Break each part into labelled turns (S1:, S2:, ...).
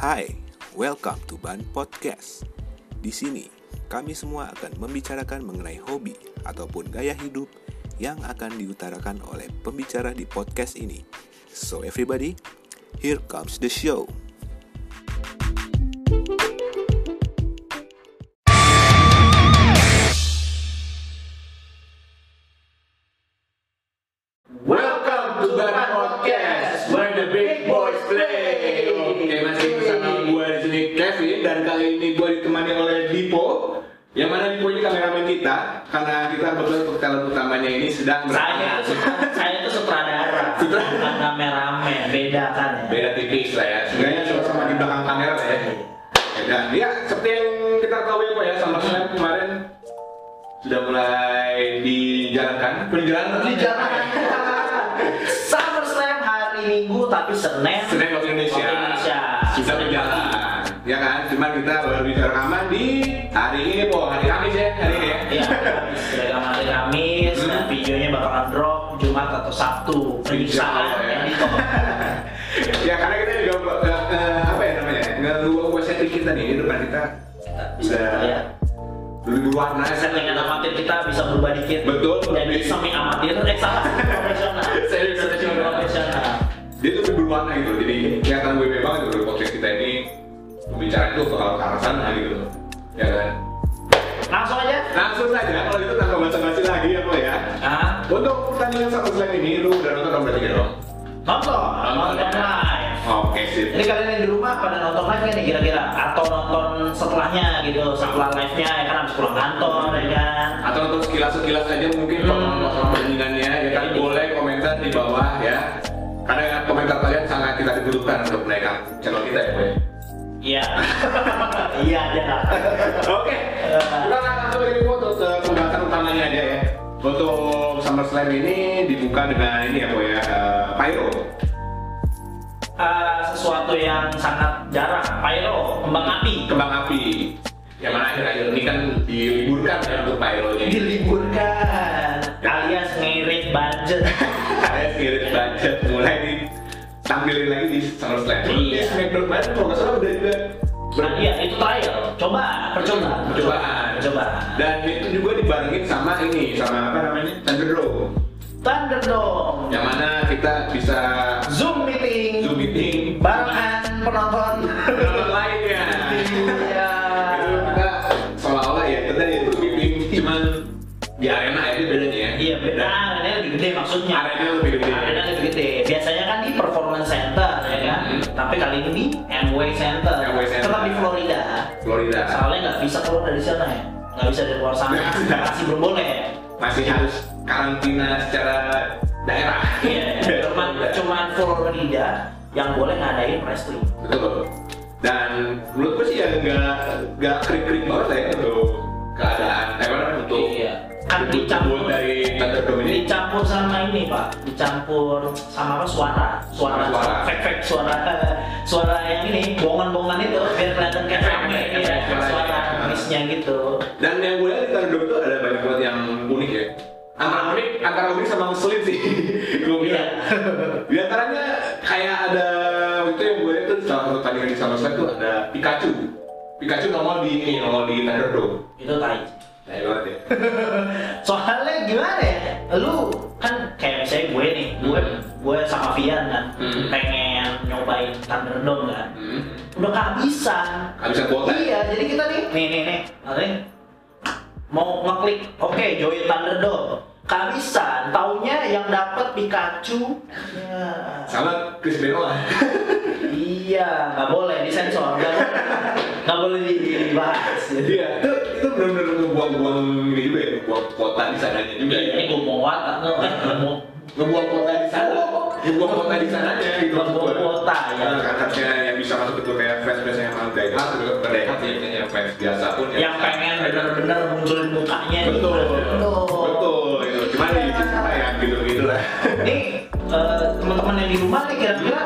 S1: Hai, welcome to Ban Podcast. Di sini, kami semua akan membicarakan mengenai hobi ataupun gaya hidup yang akan diutarakan oleh pembicara di podcast ini. So everybody, here comes the show.
S2: Welcome to Barat Podcast, where the big boys play. Oke, masih bersama gue di sini Kevin dan kali ini gue ditemani oleh Dipo. Yang mana Dipo ini kameramen kita, karena kita kebetulan talent utamanya ini sedang
S3: saya saya itu sutradara
S2: Sutradara.
S3: bukan kameramen beda kan ya
S2: beda tipis lah ya. Sebenarnya sama-sama di belakang kamera lah ya. Ya, Dan ya seperti yang kita ketahui apa ya, sama Slam kemarin sudah mulai dijalankan penjalanan
S3: Dijalankan. SummerSlam hari Minggu tapi Senin
S2: Senin waktu Indonesia.
S3: Waktu Indonesia.
S2: Kita berjalan. Ya kan, cuman kita baru bisa rekaman di hari ini, po, hari Kamis ya, hari ini ya.
S3: Iya, seragam hari Kamis dan
S2: Hmm.
S3: videonya bakalan drop Jumat atau Sabtu
S2: Insya
S3: penyiksaan
S2: Allah, ya.
S3: ya. di toko.
S2: ya karena kita juga eh, eh, apa ya namanya, nggak lupa buat setting kita nih di depan kita
S3: Kita bisa
S2: Udah.
S3: ya.
S2: lebih warna
S3: Settingan amatir kita bisa berubah dikit
S2: Betul,
S3: Jadi
S2: lebih.
S3: semi amatir, eh salah, semi profesional
S2: Semi profesional.
S3: Semi profesional
S2: Dia tuh lebih berwarna gitu, jadi kelihatan bebe banget gitu podcast kita ini pembicaraan itu bakal ke arah sana gitu, ya kan.
S3: Langsung aja
S2: Langsung saja, kalau gitu tanpa basa-basi lagi ya, po ya.
S3: Nah,
S2: Untuk pertandingan satu slam ini, lu udah nonton kamu berarti gitu?
S3: nonton, nonton live
S2: Oke sip.
S3: Jadi kalian yang di rumah pada nonton live nggak nih kira-kira? Atau nonton setelahnya gitu, setelah live-nya ya kan habis pulang kantor ya kan?
S2: atau untuk sekilas-sekilas aja mungkin
S3: Hmm.
S2: permasalahan pertandingannya ya kan boleh komentar di bawah ya karena komentar kalian sangat kita dibutuhkan untuk menaikkan channel kita ya Boy.
S3: Iya, iya ada lah.
S2: Oke, kita akan langsung ini untuk ke pembahasan utamanya aja ya untuk SummerSlam ini dibuka dengan ini ya Boy ya, eh, Pyro
S3: Eh, sesuatu yang sangat jarang, pyro, kembang api
S2: kembang api yang mana akhir-akhir ini kan diliburkan ya untuk Pyro nya
S3: diliburkan alias ngirit budget.
S2: saya spirit budget mulai ditampilin lagi di SummerSlam
S3: Iya.
S2: di SmackDown kemarin kalau nggak salah udah juga
S3: Nah, iya itu trial, coba, percoba,
S2: Percobaan.
S3: coba.
S2: dan itu juga dibarengin sama ini sama apa namanya Thunderdome
S3: Thunderdome,
S2: yang mana kita bisa
S3: Zoom meeting,
S2: zoom meeting
S3: barengan penonton.
S2: dengan lainnya itu
S3: Iya.
S2: kita seolah-olah ya kita di zoom meeting cuman di arena aja bedanya ya
S3: Iya beda, arenanya lebih gede maksudnya.
S2: Arenanya lebih gede.
S3: Arenanya lebih gede. Biasanya kan di performance center ya kan.
S2: Hmm.
S3: Tapi kali ini di Amway Center.
S2: Amway Center.
S3: Tetap di Florida.
S2: Florida
S3: Soalnya nggak bisa keluar dari sana ya. Nggak bisa dari luar sana.
S2: Nggak.
S3: Masih belum boleh. ya.
S2: masih harus karantina secara daerah
S3: Iya. Cuman
S2: Betul.
S3: cuman Florida yang boleh ngadain wrestling.
S2: Betul. Dan menurut gue sih ya nggak nggak krik-krik banget lah ya untuk keadaan eh, apa namanya untuk
S3: Iya. Kan
S2: untuk
S3: dicampur.
S2: buat dari Thunderdome ini.
S3: Dicampur sama ini pak, dicampur sama apa suara, suara,
S2: Suara.
S3: fake fake suara, eh, suara yang ini bohongan-bohongan itu biar kelihatan kayak
S2: Efek,
S3: rame,
S2: efek,
S3: ya,
S2: efek
S3: suara
S2: suaranya.
S3: misnya gitu.
S2: Dan yang gue lihat di Thunderdome itu ada banyak banget yang unik ya. Antara unik, antara unik sama ngeselin sih. gue
S3: Iya.
S2: bilang. Di antaranya kayak ada itu yang gue lihat tuh salah satu tandingan di SummerSlam tuh ada Pikachu. Pikachu nongol di ini, nongol di Thunderdome.
S3: Itu tai.
S2: Nah, banget ya.
S3: Soalnya gimana ya, lu kan kayak misalnya gue nih, gue
S2: Hmm.
S3: gue sama Vian kan,
S2: Hmm.
S3: pengen nyobain Thunderdome kan,
S2: Hmm.
S3: udah kehabisan.
S2: Kehabisan kuota.
S3: Iya, jadi kita nih, nih nih nih, nih mau ngeklik, oke join Thunderdome. Kehabisan, taunya yang dapat Pikachu. Ya.
S2: Sama Chris Benoit.
S3: Iya, nggak boleh disensor, nggak boleh, nggak boleh dibahas.
S2: Iya, itu itu benar-benar ngebuang-buang ini juga ya, ngebuang kota di sananya juga ya.
S3: Ini gue mau watak, gue mau
S2: Ngebuang kota di sana, ngebuang kota di sananya gitu.
S3: Ngebuang kota, ya.
S2: Nah, harusnya yang bisa masuk itu kayak fans fans yang emang dari hard, dari hard ya, biasanya yang fans biasa pun ya.
S3: yang pengen bener-bener munculin mukanya.
S2: Betul,
S3: Betul. Iya,
S2: betul. gitu. Cuma di sisi kita ya gitu gitu lah.
S3: Nih, eh, teman-teman yang di rumah nih kira-kira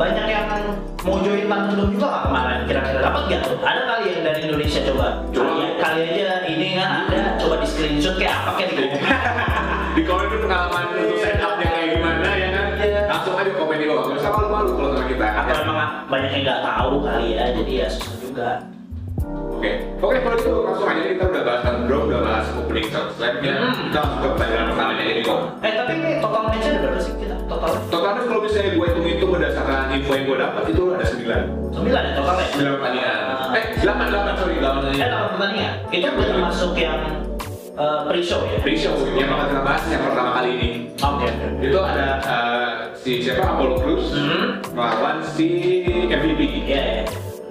S3: banyak yang mau join Thunderdome juga nggak kemarin? Kira-kira dapat nggak? tuh? Ada kali yang dari Indonesia coba?
S2: Coba.
S3: Kali, ya, kali aja ini kan ada, coba di screenshot kayak apa kayak di komen.
S2: Di komen itu pengalaman untuk stand up yang kayak gimana ya kan?
S3: Iya.
S2: Langsung aja komen di bawah. Gak usah malu-malu kalau teman kita.
S3: Apa
S2: Ya.
S3: emang banyak yang nggak tahu kali ya, jadi ya susah juga.
S2: Oke, oke kalau gitu langsung aja kita udah bahas Thunderdome, udah bahas opening sound slabnya
S3: Hmm.
S2: Kita langsung ke pertanyaan pertamanya ini kok
S3: Eh tapi ini total match ada berapa sih kita? Total
S2: Totalnya kalau misalnya gue hitung-hitung berdasarkan info yang gue dapat itu ada 9
S3: sembilan ya total match.
S2: 9 pertandingan Eh, 8, 8, sorry, 8
S3: Eh
S2: pertandingan
S3: Ah. delapan pertandingan. Itu udah termasuk yang eh, pre-show ya.
S2: Pre-show iya. yang bakal kita bahas yang pertama kali ini
S3: Oke.
S2: Itu ada eh, si siapa, Apollo Crews
S3: Hmm.
S2: melawan si MVP
S3: Ya, ya.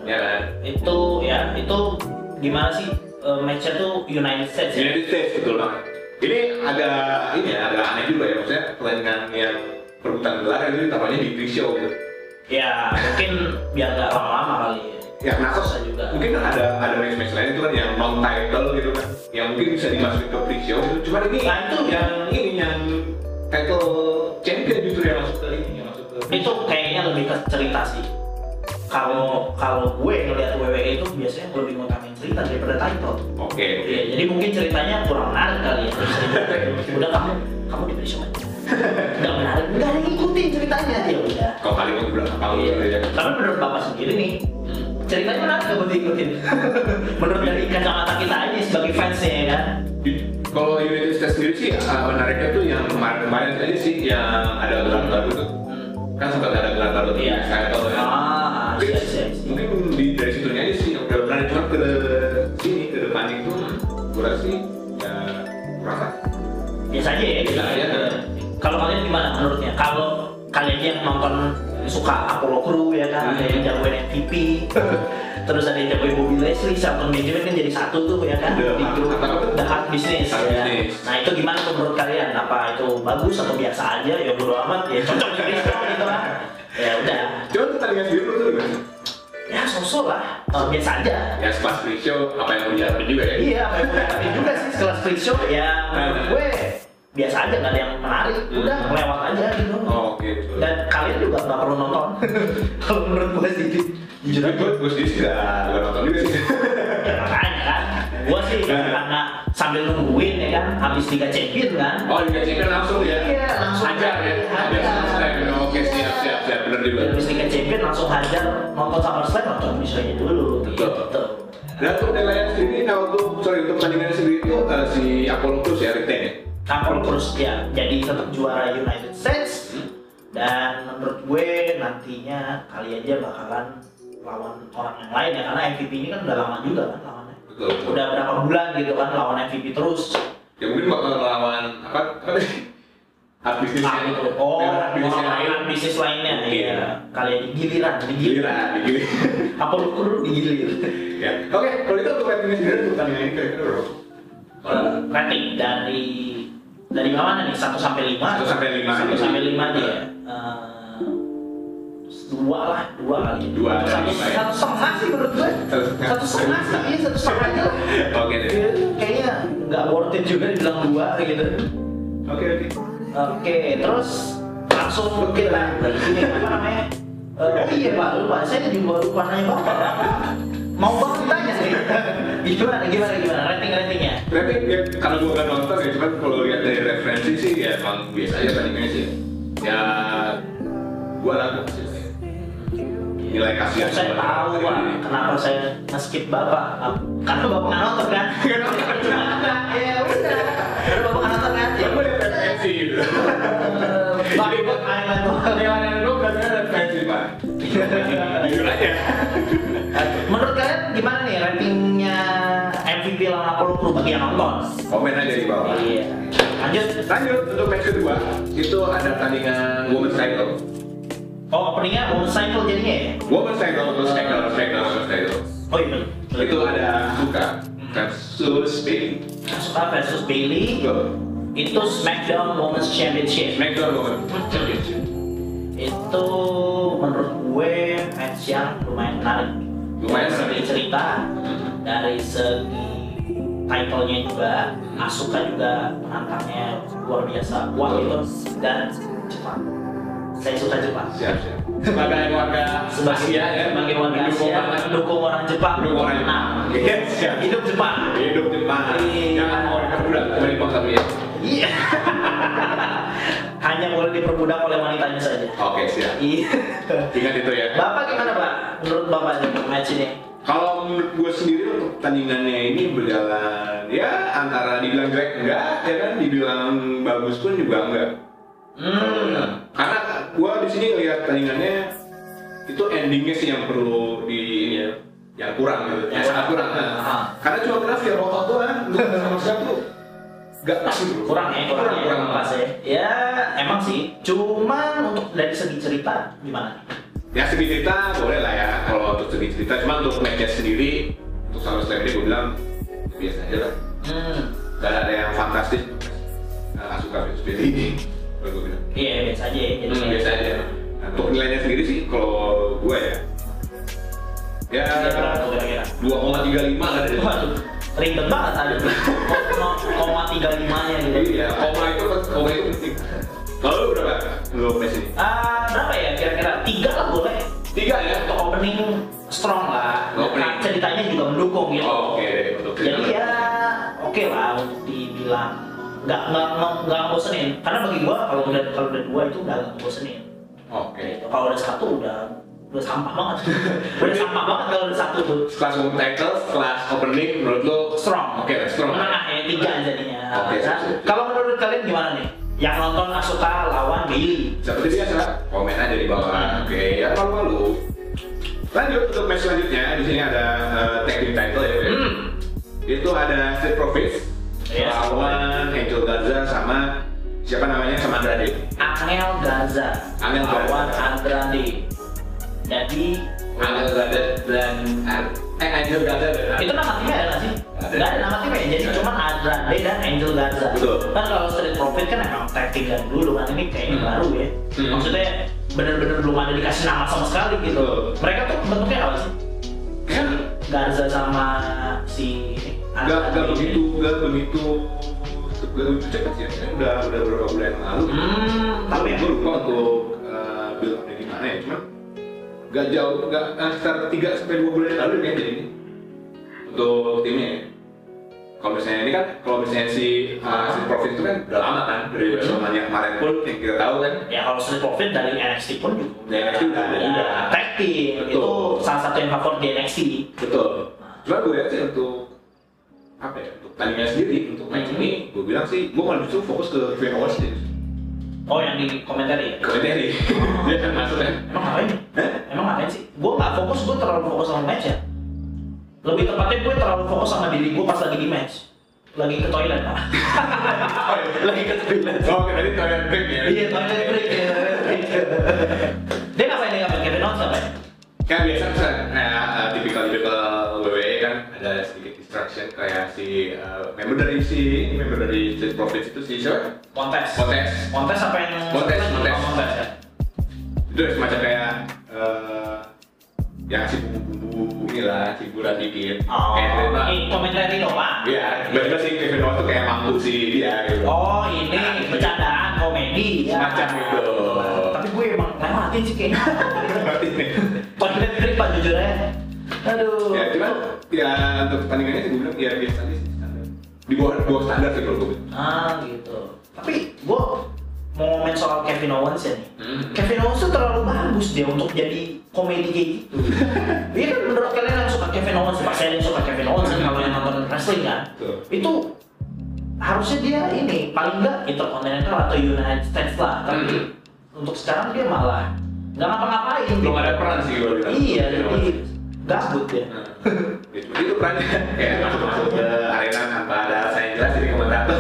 S2: Ya kan?
S3: itu ya itu gimana sih eh, matchnya tuh United States ya?
S2: United States, betul banget Ini agak, ini ya, agak aneh juga ya Maksudnya pertandingan yang perebutan gelar ini taruhannya di pre-show gitu
S3: Ya mungkin biar nggak lama-lama kali ya.
S2: ya kenapa
S3: Susah juga.
S2: mungkin kan ada ada match match lain itu kan yang non title gitu kan yang mungkin bisa dimasukin ke pre-show gitu. cuman ini
S3: Nah, itu
S2: yang ini yang title champion justru yang masuk ke ini yang masuk ke
S3: itu kayaknya lebih ke cerita sih kalau kalau gue ngelihat WWE E itu biasanya lebih ngutamain cerita daripada title
S2: oke oke
S3: Iya, jadi mungkin ceritanya kurang menarik kali ya Terus jadi, udah kamu kamu di show aja nggak menarik nggak ada yang ngikutin ceritanya ya udah
S2: kalau kali mau bilang kalau
S3: Iya.
S2: gitu ya
S3: tapi menurut bapak sendiri nih ceritanya menarik nggak buat diikutin menurut dari kacamata kita aja sebagai fansnya ya kan
S2: Di- kalau United States sendiri sih uh, menariknya tuh yang kemarin-kemarin aja sih yang ada gelar baru tuh kan sempat ada gelar baru tuh
S3: Iya.
S2: yang title ya
S3: ah
S2: Tapi
S3: iya iya iya.
S2: mungkin di, dari situnya aja sih udah pernah cuma ke sini ke depannya itu gue rasa sih ya kurang lah.
S3: biasa aja ya
S2: Biasa aja.
S3: kalau kalian gimana menurutnya kalau kalian yang nonton suka Apollo Crew ya kan ada yang jagoin MVP terus ada yang jagoin Bobby Leslie Shelton Benjamin kan jadi satu tuh ya kan
S2: The
S3: di
S2: Hard-
S3: grup
S2: apa?
S3: The Hard Business
S2: Hard
S3: ya.
S2: Business.
S3: nah itu gimana tuh menurut kalian apa itu bagus atau biasa aja ya bodo amat ya cocok di Kristo gitu lah ya udah
S2: Coba kita lihat dulu tuh gimana?
S3: ya sosok lah Oh, biasa aja
S2: Ya sekelas free show apa yang mau diharapin juga ya?
S3: Iya, tapi juga sih sekelas freak show ya menurut gue biasa aja nggak ada yang menarik, udah
S2: Hmm.
S3: lewat aja gitu.
S2: Oh, Oke. betul.
S3: Dan kalian juga nggak perlu nonton kalau menurut gue sih.
S2: Jujur aja gue gue sendiri sih nggak nggak nonton juga sih.
S3: Ya makanya kan, gue sih karena sambil nungguin ya kan, habis tiga champion kan.
S2: Oh di champion langsung ya?
S3: Iya, langsung.
S2: Hajar ya? Hajar
S3: Hajar. Iya.
S2: subscribe. Oke siap siap siap benar juga.
S3: Habis tiga champion langsung hajar nonton SummerSlam nonton misalnya dulu
S2: Betul.
S3: gitu.
S2: Dan untuk nelayan sendiri, nah untuk sorry untuk pertandingan sendiri itu eh, si Apollo Crews ya retain ya.
S3: Apollo Crews ya jadi tetap juara United States dan menurut gue nantinya kali aja bakalan lawan orang yang lain ya karena MVP ini kan udah lama juga kan lawannya
S2: Betul. betul.
S3: udah berapa bulan gitu kan lawan MVP terus
S2: Ya mungkin bakal melawan apa apa tadi? Artis
S3: Ah, gitu. oh
S2: artis yang lain.
S3: lawan bisnis lainnya
S2: Mungkin.
S3: ya kali aja digiliran digiliran
S2: Giliran, giliran.
S3: Apollo Crews digilir
S2: Ya. Oke, kalau itu untuk rating sendiri untuk pertandingan ini gitu, kira-kira berapa?
S3: Eh, rating dari dari mana nih 1 sampai 5
S2: 1 sampai lima. Iya.
S3: 1 sampai 5 dia Eh, dua lah dua kali
S2: Dua dari
S3: satu,
S2: lima ya.
S3: satu setengah sih menurut gue
S2: Satu setengah.
S3: satu setengah sih iya satu setengah aja lah
S2: Oke deh.
S3: Iya, kayaknya nggak worth it juga dibilang dua kayak gitu
S2: Oke oke.
S3: oke terus langsung kita ini apa namanya Eh, oh iya pak lupa saya juga lupa nanya bapak mau banget tanya sih gimana gimana gimana rating ratingnya
S2: Tapi ya, karena gua gak nonton ya, cuman kalau lihat dari referensi sih ya emang biasa aja tandingannya sih. Ya gua ragu sih. Nilai kasih yang
S3: saya
S2: gua
S3: tahu
S2: dapat
S3: Pak,
S2: dari Iya, ini.
S3: kenapa saya nge-skip bapak karena bapak nggak nonton kan ya udah karena bapak nggak nonton kan
S2: Kan gua lihat referensi gitu.
S3: Eh, Pak,
S2: Jadi,
S3: buat mainan doang.
S2: Nilai gua karena referensi pak. Jujur aja.
S3: menurut kalian gimana nih ratingnya MVP lawan Apollo Crew bagi yang nonton
S2: Komen aja di bawah.
S3: iya lanjut
S2: Lanjut untuk match kedua itu ada tandingan women's title.
S3: oh openingnya bonus cycle jadinya ya
S2: Women's title, women's title, women's title, women's title.
S3: oh iya bener.
S2: Itu ada Suka, Katsus, Bailey,
S3: Asuka versus Bailey
S2: Go,
S3: itu SmackDown Women's Championship
S2: Smackdown Women.
S3: itu menurut gue match yang lumayan menarik
S2: Lumayan
S3: dari segi
S2: menarik. Hmm.
S3: cerita dari segi title-nya juga
S2: Hmm.
S3: Asuka juga penantangnya luar biasa kuat
S2: Betul.
S3: itu dan cepat saya suka cepat
S2: Siap, siap. Sebagai warga
S3: sebagai
S2: Asia ya,
S3: sebagai warga
S2: mendukung
S3: Asia
S2: banget.
S3: mendukung orang Jepang
S2: Mendukung orang Jepang.
S3: Nah,
S2: Iya, siap.
S3: hidup Jepang
S2: Hidup Jepang.
S3: Iya.
S2: ya. Jangan mau orang budak, kembali bangsa dia.
S3: Iya. hanya boleh diperbudak oleh wanitanya saja.
S2: Oke, siap.
S3: Iya.
S2: Ingat itu ya.
S3: Bapak gimana Pak? Menurut Bapak nih match ini?
S2: Kalau menurut gue sendiri untuk pertandingannya ini berjalan ya antara dibilang jelek enggak, ya kan dibilang bagus pun juga enggak.
S3: Hmm.
S2: Karena gue di sini ngelihat pertandingannya itu endingnya sih yang perlu di ini
S3: Iya.
S2: ya, yang kurang gitu, yang sangat kurang. Nah.
S3: Ah.
S2: Karena cuma kena via rotot doang, lu sama satu nggak pas gitu.
S3: kurang ya kurang, ya,
S2: kurang,
S3: kurang pas ya ya emang sih cuman untuk dari segi cerita gimana
S2: Ya segi cerita boleh lah ya kalau untuk segi cerita, cuma untuk matchnya sendiri untuk sama selain gue bilang biasa aja lah.
S3: hmm
S2: Gak ada yang fantastis. Nah, suka seperti ini. Kalau gue bilang.
S3: iya biasa aja ya
S2: Hmm,
S3: jadinya.
S2: biasa aja. Nah, gitu. untuk nilainya sendiri sih, kalau gue ya, ya
S3: Ini berapa tuh kira-kira
S2: 2,35 kan ada.
S3: waduh ribet banget ada koma tiga limanya gitu
S2: Iya, koma itu koma itu penting. Kalau lu berapa? Lu mes ini.
S3: Ah, berapa ya kira-kira tiga lah boleh
S2: Tiga ya.
S3: untuk opening strong lah
S2: Opening.
S3: Nah, ceritanya juga mendukung gitu
S2: Oh, Oke deh untuk
S3: jadi
S2: cerita.
S3: ya oke lah untuk dibilang nggak nggak nggak nggak bosenin karena bagi gua kalau udah kalau udah dua itu udah nggak bosenin
S2: Oke.
S3: Gitu. Kalau udah satu udah udah sampah banget. udah sampah banget kalau udah satu tuh.
S2: Kelas umum tackle, kelas opening, menurut lu
S3: Strong.
S2: Oke, lah, strong.
S3: Menengah ya tiga jadinya.
S2: Oke,
S3: Nah,
S2: sip, sip.
S3: Kalau menurut kalian gimana nih? Yang nonton Asuka lawan Bailey.
S2: Seperti biasa, komen aja di bawah. Oke, ya kalau malu. Lanjut untuk match selanjutnya, di sini ada eh, tag team title ya. Ben.
S3: Hmm.
S2: Itu ada Street Profits Iya,
S3: Yes.
S2: lawan Angel Garza sama siapa namanya sama Andrade.
S3: Angel Gaza
S2: Angel Gaza.
S3: lawan Andrade. Jadi
S2: Angel Garza dan eh Angel Garza dan
S3: itu nama timnya ada nggak sih?
S2: Ada.
S3: Nggak ada nama timnya, jadi
S2: Ada.
S3: cuma Andrade dan Angel Garza.
S2: Betul.
S3: Kan kalau Street Profit kan emang tag team dari dulu kan ini kayaknya
S2: Hmm.
S3: baru ya.
S2: Hmm.
S3: Maksudnya bener-bener belum ada dikasih nama sama sekali gitu.
S2: Betul.
S3: Mereka tuh bentuknya apa sih?
S2: kan
S3: Garza sama si
S2: nggak
S3: Andrade
S2: nggak
S3: ini.
S2: begitu nggak begitu nggak begitu cepat sih. Ini udah udah beberapa bulan yang lalu.
S3: Hmm,
S2: tapi
S3: tapi
S2: gue lupa untuk eh, build upnya gimana ya cuman gak jauh gak eh, sekitar 3 sampai 2 bulan yang lalu dia jadi ini untuk timnya ya kalau misalnya ini kan kalau misalnya si eh, si Profit itu kan udah lama kan dari
S3: Iya.
S2: zamannya kemarin pun yang kita tahu kan
S3: ya kalau Street Profit dari NXT pun juga
S2: Dari NXT udah ada.
S3: udah Iya, tag team
S2: Betul.
S3: itu salah satu yang favorit di NXT.
S2: betul cuma gue lihat sih untuk apa ya untuk tandingnya sendiri untuk match ini gue bilang sih gue malah justru fokus ke VOS sih
S3: Oh yang di komentari ya?
S2: komentari dia kan maksudnya
S3: Emang ngapain? Emang ngapain sih? Gue nggak fokus, gue terlalu fokus sama match ya. Lebih tepatnya gue terlalu fokus sama diri gue pas lagi di match. Lagi ke toilet pak. lagi ke toilet.
S2: oh tadi toilet break ya
S3: ya? Iya toilet break. iya, toilet break. Dia ngapain? Dia ngapain? Kevin Owens ngapain?
S2: Kayak biasa kan, tipikal-tipikal WWE kan ada sedikit distraction kayak si eh, member dari si member dari Street Profits itu si siapa?
S3: Kontes.
S2: Kontes.
S3: Kontes apa yang?
S2: Kontes, kontes.
S3: Kontes ya.
S2: Itu ada semacam kayak eh yang si bumbu-bumbu inilah, hiburan dikit.
S3: Oh,
S2: Kayak terima.
S3: ini komentari dong pak.
S2: Iya, tiba-tiba si Kevin Owens tuh kayak mampu si dia gitu.
S3: Oh ini bercandaan komedi ya.
S2: Macam itu.
S3: Tapi gue emang lewatin sih kayaknya.
S2: Berarti nih.
S3: Toilet break pak jujur aja. Aduh.
S2: Ya, cuman ya untuk pertandingannya sih gue bilang ya biasa aja sih standar. Di bawah di bawah standar sih kalau gue. bilang.
S3: Ah gitu. Tapi gue mau ngomongin soal Kevin Owens ya nih.
S2: Hmm.
S3: Kevin Owens tuh terlalu bagus dia untuk jadi komedi kayak gitu. dia kan menurut kalian yang suka Kevin Owens, pak saya yang suka Kevin Owens kan kalau yang nonton wrestling kan,
S2: Betul.
S3: itu harusnya dia ini paling nggak Intercontinental atau United States lah. Tapi untuk sekarang dia malah nggak ngapa-ngapain.
S2: Hmm. Belum ada peran sih gue bilang.
S3: Iya,
S2: Kevin Owens.
S3: jadi gabut ya.
S2: Ya, cuma itu perannya kayak masuk masuk ke arena tanpa ada alasan yang jelas jadi komentator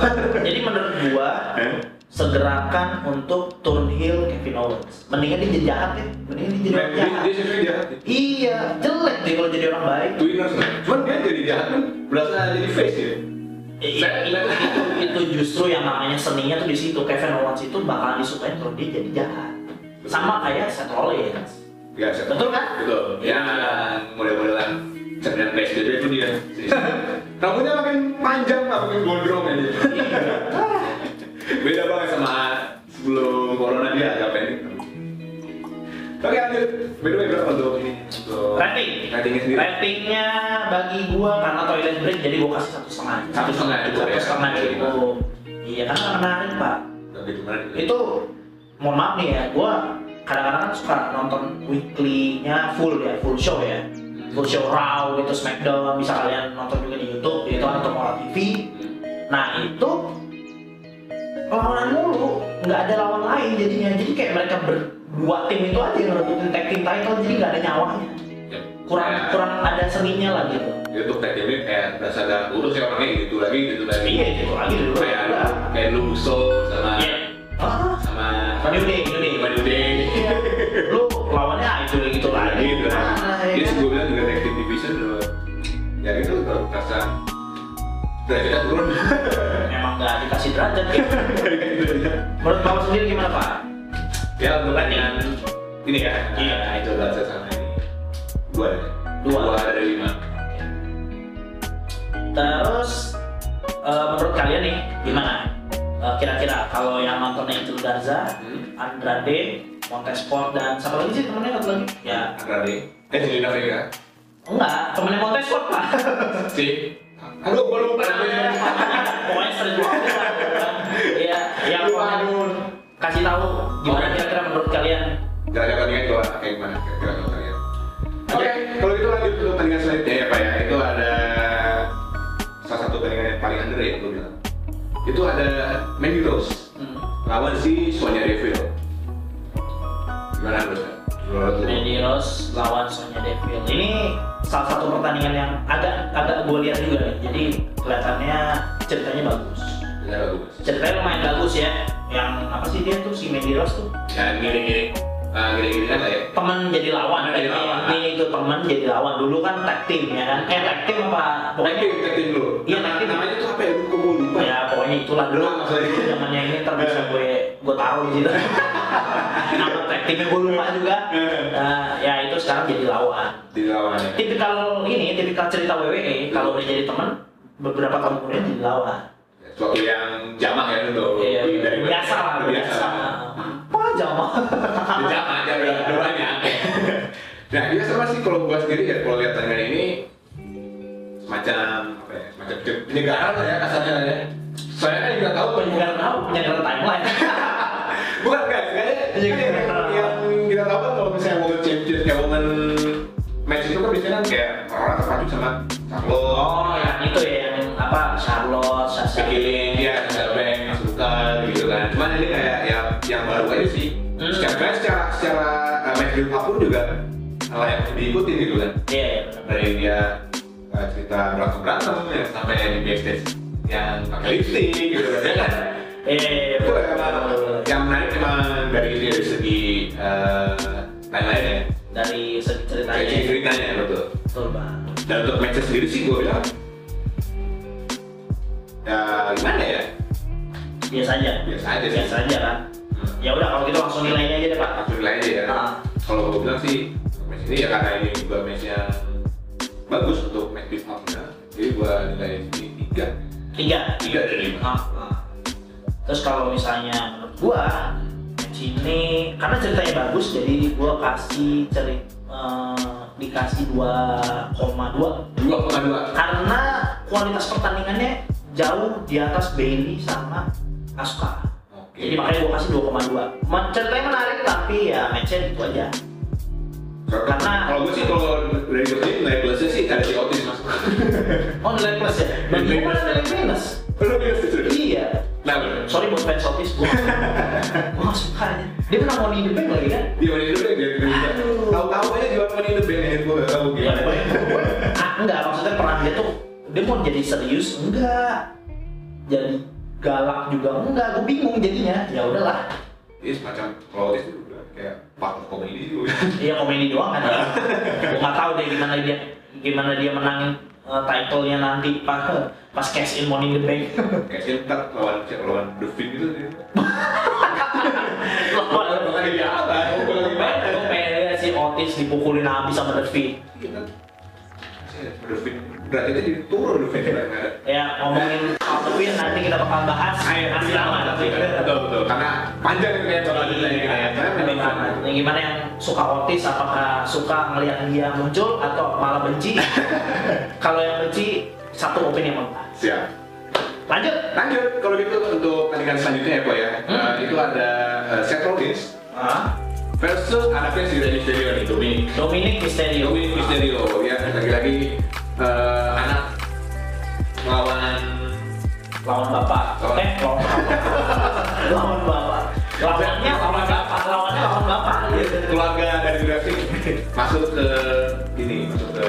S3: Jadi menurut gua
S2: Eh?
S3: segerakan untuk turn heel Kevin Owens. Mendingan dia jadi jahat ya, mendingan dia jadi
S2: dia
S3: orang
S2: dia
S3: jahat.
S2: Nah, dia sebenarnya jahat
S3: Iya, jelek deh kalau jadi orang baik.
S2: twinner sebenarnya cuman dia jadi jahat kan berasa jadi face ya
S3: Eh, Itu, itu, itu justru yang namanya seninya tuh di situ. Kevin Owens itu bakalan disukain kalau dia jadi jahat. Sama kayak Seth Rollins.
S2: ya siapa
S3: Betul kan?
S2: betul ya model-modelan cerminan face jadi itu dia rambutnya makin panjang lah makin gondrong aja beda banget sama sebelum corona dia agak pendek Oke lanjut, by the way berapa untuk ini? Untuk
S3: Rating.
S2: Ratingnya sendiri?
S3: Ratingnya bagi gua karena toilet break jadi gua kasih satu setengah.
S2: Satu setengah cukup
S3: Satu
S2: ya?
S3: setengah cukup. Iya karena menarik pak.
S2: Oke. kayak gimana gitu.
S3: itu mohon maaf nih ya gue kadang-kadang kan suka nonton weekly-nya full ya full show ya full show Raw gitu Smackdown bisa kalian nonton juga di YouTube yaitu kan Tomorrow TV nah itu lawanan mulu nggak ada lawan lain jadinya jadi kayak mereka berdua tim itu aja yang rebutin tag team title jadi nggak ada nyawanya
S2: Ya.
S3: kurang
S2: Kayak-
S3: kurang ada seninya lah gitu
S2: itu tag teamnya kayak berasa ada urus ya orangnya gitu lagi gitu lagi
S3: iya gitu lagi dulu
S2: kayak lu kayak lu Uso sama
S3: iya ah
S2: sama
S3: New Day, New Day.
S2: Manu Day
S3: Iya. lu lawannya itu gitu lagi
S2: gitu
S3: Nah,
S2: kan
S3: ya
S2: jadi
S3: kan?
S2: gue bilang juga tag team division loh ya itu kalau kerasa derajatnya turun
S3: memang nggak dikasih derajat ya. menurut bapak sendiri gimana pak
S2: ya untuk pertanyaan ini ya
S3: Iya.
S2: itu berasa sama ini dua ya?
S3: Dua.
S2: dua dari lima
S3: terus eh, menurut kalian nih gimana Eh, kira-kira kalau yang nontonnya itu Garza,
S2: Hmm.
S3: Andrade, Montesport dan siapa lagi sih temennya satu lagi? Ya
S2: Andrade eh Jelina Vega
S3: enggak, temennya Montesport pak.
S2: si aduh gue lupa namanya
S3: Pokoknya sering banget lah. Iya, ya
S2: Lupa,
S3: pokoknya
S2: aduh.
S3: kasih tahu gimana
S2: Oke.
S3: kira-kira menurut kalian.
S2: Gara-gara pertandingan itu lah, kayak gimana kira-kira kalau kalian Oke, kalau gitu lanjut ke pertandingan selanjutnya ya Pak ya Itu ada salah satu pertandingan yang paling under ya gue bilang Itu ada Mandy Rose
S3: Hmm.
S2: lawan si Sonya Deville Gimana menurut kalian? Menurut lu?
S3: Mandy Rose lawan Sonya Deville. Ini salah satu pertandingan yang agak agak gue lihat juga nih. Jadi kelihatannya ceritanya bagus.
S2: Ya bagus
S3: Ceritanya lumayan bagus ya. Yang apa sih dia tuh si Mandy Rose tuh
S2: Ya gini-gini Ah, gini-gini kan lah ya
S3: temen jadi lawan.
S2: Temen jadi lawan.
S3: Ini itu temen jadi lawan. Dulu kan tag team ya kan? Eh tag team apa?
S2: Tag
S3: Pokoknya
S2: team, tag team dulu
S3: Iya,
S2: Nama-
S3: tag team.
S2: Namanya tuh apa ya? Gue gue lupa
S3: ya pokoknya itulah dulu
S2: Nah, maksudnya.
S3: zamannya ini
S2: Eh.
S3: terbisa gue gue taruh di situ. Nama tag teamnya gue lupa juga.
S2: Eh.
S3: Nah, ya itu sekarang jadi lawan.
S2: Di lawannya
S3: tipikal ini tipikal cerita WWE kalau udah jadi teman beberapa tahun kemudian jadi lawan
S2: Suatu yang jamak ya untuk
S3: Iya,
S2: di- dari-
S3: biasa lah
S2: Biasa lah
S3: apa aja mah
S2: Jam aja udah udah banyak. nah dia sama sih kalau gua sendiri ya kalau lihat tangan ini semacam apa ya semacam pe- penyegaran lah ya kasarnya lah ya. Saya kan juga tahu
S3: penyegaran tahu penyegaran timeline
S2: bukan kan sebenarnya
S3: Penyegaran.
S2: yang, yang kita tahu kan kalau misalnya World Championship kayak Women match itu kan biasanya kan kayak orang terpacu sama Charlotte.
S3: oh yang itu ya yang apa Charlotte Sasha
S2: Pikirin dia ada bank masukan gitu kan. Cuman ini kayak yang yang baru aja sih.
S3: Hmm.
S2: Secara secara secara uh, match build up pun juga kan, layak diikutin gitu kan.
S3: iya iya, benar.
S2: dari dia uh, cerita berantem berantem ya sampai di backstage yang pakai lipstick gitu ya kan
S3: iya iya, iya,
S2: itu emang
S3: benar.
S2: yang menarik emang dari dari segi eh, lain-lain ya
S3: dari segi
S2: dari
S3: ceritanya
S2: segi ceritanya betul
S3: betul banget
S2: dan untuk matchnya sendiri sih gue bilang ya gimana ya
S3: biasa aja
S2: Biasa aja sih.
S3: biasa aja kan ya udah kalau gitu langsung nilainya aja deh pak
S2: aku nilai aja ya
S3: Ah.
S2: kalau gue bilang sih match ini ya karena ini juga match yang bagus untuk match build up jadi gue nilai sini tiga
S3: tiga
S2: tiga dari lima
S3: Ah, ah. Terus kalau misalnya menurut gua match ini karena ceritanya bagus jadi gua kasih cerit eh, dikasih 2,2
S2: dua koma dua
S3: karena kualitas pertandingannya jauh di atas Bailey sama Asuka.
S2: Oke.
S3: Jadi makanya gua kasih 2,2. Ma- Ceritanya menarik tapi ya matchnya itu aja.
S2: Karena
S3: Karena-
S2: kalau gue sih kalau dari gue sendiri nilai plusnya sih ada di autis mas.
S3: Oh nilai plus ya? Bagi gua malah nilai minus.
S2: Lu bilang setuju?
S3: Iya.
S2: Nah, bener.
S3: Sorry buat fans Otis, gua gua nggak suka aja. Dia pernah mau di depan lagi kan?
S2: Dia main hidup dia main
S3: Aduh.
S2: Tahu-tahu aja dia main hidup ya, gue gak tahu
S3: Ya,
S2: gimana.
S3: ah, enggak maksudnya pernah dia tuh dia mau jadi serius enggak jadi galak juga enggak gue bingung jadinya ya udahlah
S2: Ini Iya, semacam kalau autis itu udah kayak partner komedi juga.
S3: dia komedi doang kan gue nggak tahu deh gimana dia gimana dia menangin uh, title-nya nanti pas pas cash in money in the bank
S2: Kayak cintar lawan siapa, lawan The Fin gitu dia.
S3: Wah, lu
S2: lagi di apa? Gue lagi
S3: pengen- lu pengen lihat si Otis dipukulin habis sama The Fiend.
S2: Kita The Fin derajatnya jadi turun The Fin ada.
S3: ya ngomongin soal The Fiend nanti kita bakal bahas asrama tapi
S2: Betul betul. Karena panjang itu ya soal kita ya. Karena pendidikan.
S3: Yang Nah, gimana yang suka otis apakah suka ngelihat dia muncul atau malah benci? Kalau yang benci satu opini yang menang.
S2: Siap.
S3: Lanjut.
S2: Lanjut, kalau gitu untuk pertandingan selanjutnya ya Pak ya
S3: Hmm.
S2: Eh, Itu ada eh, Seth Rollins
S3: Ah,
S2: versus anaknya si Rey Mysterio nih, Dominic
S3: Dominic Mysterio.
S2: Dominic Mysterio ya, lagi-lagi eh, anak melawan
S3: Lawan bapak.
S2: Lawan-
S3: Eh, lawan bapak. lawan bapak. Lawannya lawan bapak. Lawannya lawan bapak.
S2: Iya.
S3: gitu.
S2: keluarga dari grafik masuk ke ini, masuk ke